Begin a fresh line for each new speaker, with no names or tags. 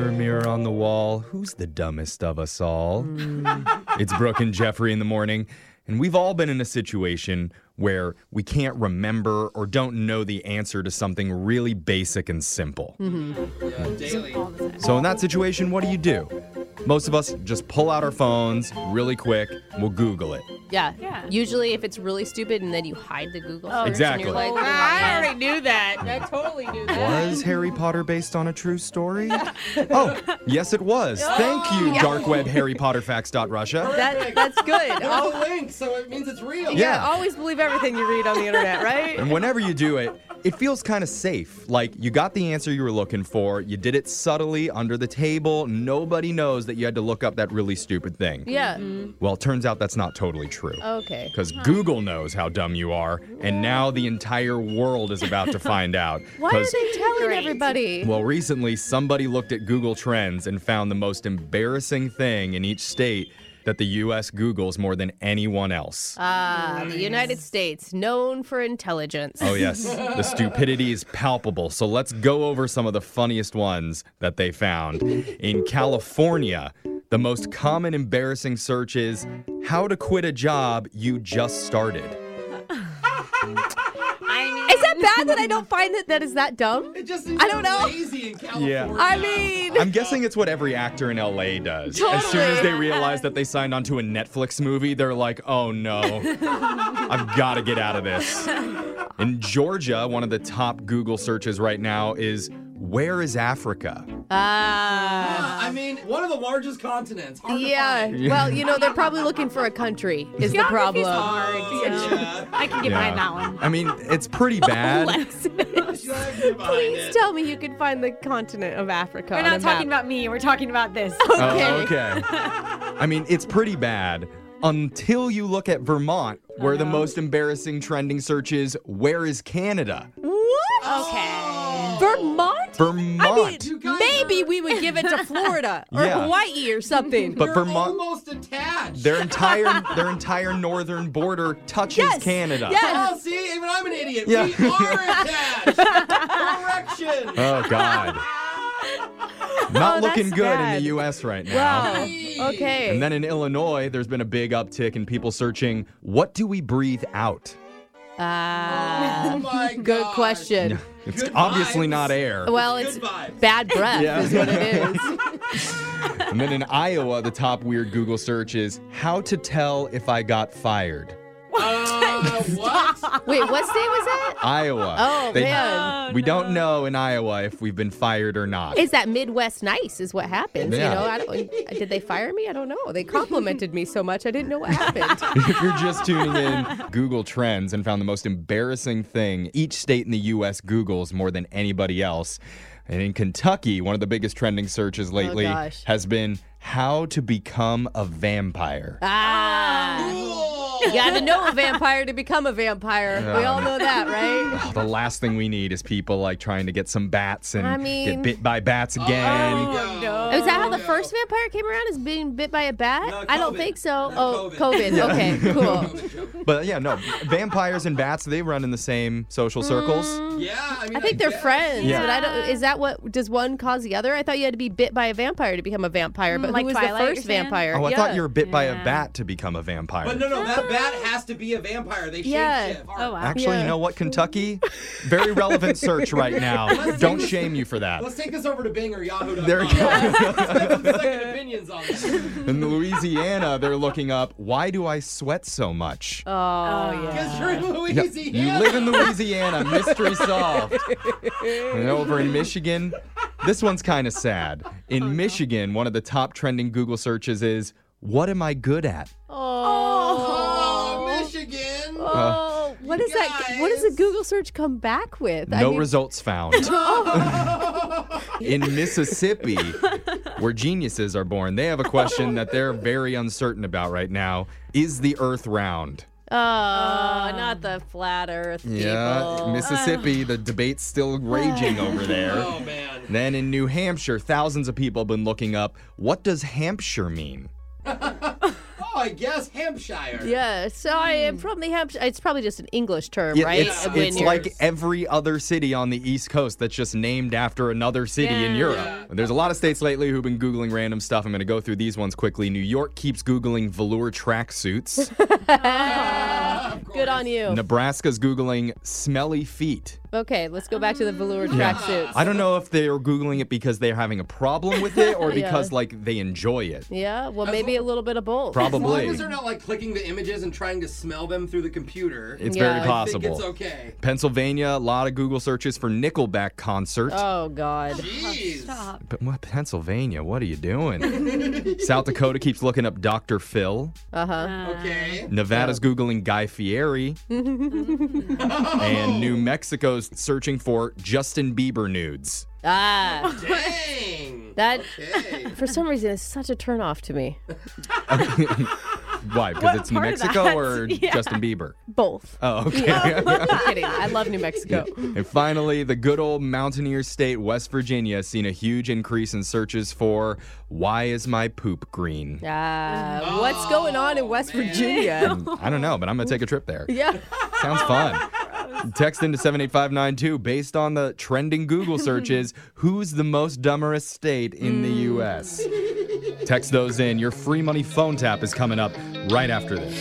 mirror on the wall. Who's the dumbest of us all? it's Brooke and Jeffrey in the morning. And we've all been in a situation where we can't remember or don't know the answer to something really basic and simple. So, in that situation, what do you do? Most of us just pull out our phones really quick, we'll Google it.
Yeah.
Yeah.
Usually, if it's really stupid, and then you hide the Google. search
Exactly.
And you're like,
Oh,
"Ah."
I already knew that. I totally knew that.
Was Harry Potter based on a true story? Oh, yes, it was. Thank you, dark web Harry Potter facts. Russia.
That, that's
There's
good.
a link, so it means it's real.
Yeah.
Always believe everything you read on the internet, right?
And whenever you do it, it feels kind of safe. Like you got the answer you were looking for, you did it subtly under the table. Nobody knows that you had to look up that really stupid thing.
Yeah. Oh.
Well, it turns out that's not totally true.
Okay.
Because Google knows how dumb you are, and now the entire world is about to find out.
Why are
'Cause-
they telling
Great.
everybody?
Well, recently somebody looked at Google Trends and found the most embarrassing thing in each state that the US Googles more than anyone else.
Ah, the United States, known for intelligence.
Oh, yes. The stupidity is palpable. So let's go over some of the funniest ones that they found. In California, the most common embarrassing search is how to quit a job you just started.
I
Is that bad that I don't find that that is that dumb?
It just seems
I don't
so
know.
lazy in California.
I mean,
I'm guessing it's what every actor in LA does. As soon as they realize that they signed onto a Netflix movie, they're like, oh no, I've got to get out of this. In Georgia, one of the top Google searches right now is where is Africa?
ah.
Uh, I mean, one of the largest continents. Hard to
Yeah.
find.
Well, you know, they're probably looking for a country, is the problem.
Oh, yeah.
I can get
Yeah.
behind that one.
I mean, it's pretty bad.
Lexus.
Yeah, I can find
Please
it.
tell me you can find the continent of Africa.
We're
on a
not talking
map.
about me. We're talking about this.
Oh, okay. I mean, it's pretty bad until you look at Vermont, where
Uh-huh.
the most embarrassing trending search is where is Canada?
What?
Okay.
Vermont?
Oh. Vermont.
I mean,
You guys
maybe
are-
we would give it to Florida or
Yeah.
Hawaii or something.
but
You're
Vermont
almost attached.
Their entire their entire northern border touches
Yes.
Canada.
Yes.
Oh, see, even I'm an idiot.
Yeah.
We are attached. Correction.
Oh God. Not
Oh,
looking
that's
good in
bad.
the U.S. right now.
wow.
Hey.
Okay.
uh, And then in Illinois, there's been a big uptick in people searching, "What do we breathe out?"
Ah,
oh my God.
good question.
It's
Good
obviously
vibes.
not air.
Well,
Good
it's
vibes.
bad breath
Yeah.
is what it is.
and then in Iowa, the top weird Google search is "How to tell if I got fired."
Uh, what?
Wait, what state was that?
Iowa.
Oh,
They-
man.
We don't know in Iowa if we've been fired or not.
Is that Midwest nice? Is what happens?
Yeah.
You know, I don't, did they fire me? I don't know. They complimented me so much, I didn't know what happened.
if you're just tuning in, Google Trends and found the most embarrassing thing each state in the U.S. Googles more than anybody else. And in Kentucky, one of the biggest trending searches lately
Oh, gosh.
has been how to become a vampire.
Uh, Ah, you got to know a vampire to become a vampire. We all know that, right?
Oh, the last thing we need is people like trying to get some bats and
I
get
mean- oh,
bit by bats again.
no.
Is that how the first vampire came around? Is being bit by a bat?
Oh, No,
I don't
COVID.
think so.
No,
oh,
COVID.
COVID. Okay, cool.
But yeah, no, vampires and bats, they run in the same social circles.
Mm.
Yeah, I mean,
I think they're
guess.
friends,
Yeah.
but I don't. Is that what does one cause the other? I thought you had to be bit by a vampire to become a vampire, but
like
who was
Twilight,
the
you're
first
saying?
vampire?
Oh, I thought you were bit by a
Yeah.
bat to become a vampire.
But no, no, that bat has to be a vampire. They
Yeah.
shapeshift.
Oh, wow.
Actually, you
Yeah.
know what, Kentucky? Very relevant search right now. Don't shame you for that.
Let's take this over to Bing or Yahoo.
There you go.
Second opinions on this.
In Louisiana, they're looking up why do I sweat so much?
Oh, yeah.
Because you're in
Yeah,
Louisiana.
You live in Louisiana, mystery solved. And over in Michigan, this one's kind of sad.
Oh,
In Michigan, one of the top trending Google searches is what am I good at?
Oh.
Oh, Michigan.
Uh,
Oh, what is that? What does the
guys.
Google search come back with?
No results found. in Mississippi, where geniuses are born, they have a question that they're very uncertain about right now. Is the earth round?
Oh, not the flat Earth people.
Mississippi, the debate's still raging over there.
Oh, man.
Then in New Hampshire, thousands of people have been looking up what does Hampshire mean?
Oh, I guess Hampshire.
Yeah, so I am from New Hampshire. It's probably just an English term,
Yeah,
right?
It's,
When
it's
you're-
like every other city on the East Coast that's just named after another city in
Yeah.
Europe.
Yeah.
There's a lot of states lately who've been Googling random stuff. I'm going to go through these ones quickly. New York keeps Googling velour tracksuits.
Ah, of
good
course.
on you.
Nebraska's Googling smelly feet.
Okay, let's go back to the velour
Yeah.
tracksuits.
I don't know if they are Googling it because they're having a problem with it or
Yeah.
because, like, they enjoy it.
Yeah, well, maybe a little bit of both.
Probably.
As long as they're not like clicking the images and trying to smell them through the computer,
It's
Yeah.
very
I think
possible.
it's okay.
Pennsylvania, a lot of Google searches for Nickelback concert.
Oh God.
Jeez.
Stop.
But what Pennsylvania? What are you doing? South Dakota keeps looking up Dr. Phil.
Uh huh.
Okay.
Nevada's
Oh.
googling Guy Fieri, and New Mexico's searching for Justin Bieber nudes.
Ah,
Dang.
that
Okay.
for some reason is such a turnoff to me.
Why? Because
What
it's New
part of
Mexico
that?
or
Yeah.
Justin Bieber?
Both.
Oh, okay.
I'm kidding. I love New Mexico.
and finally, the good old mountaineer state, West Virginia, has seen a huge increase in searches for "Why is my poop green?"
Ah, what's going on in West
man.
Virginia?
I don't know, but I'm gonna take a trip there.
yeah.
Sounds fun. Text into 78592 based on the trending Google searches who's the most dumberest state in the U.S.? Text those in. Your free money phone tap is coming up right after this.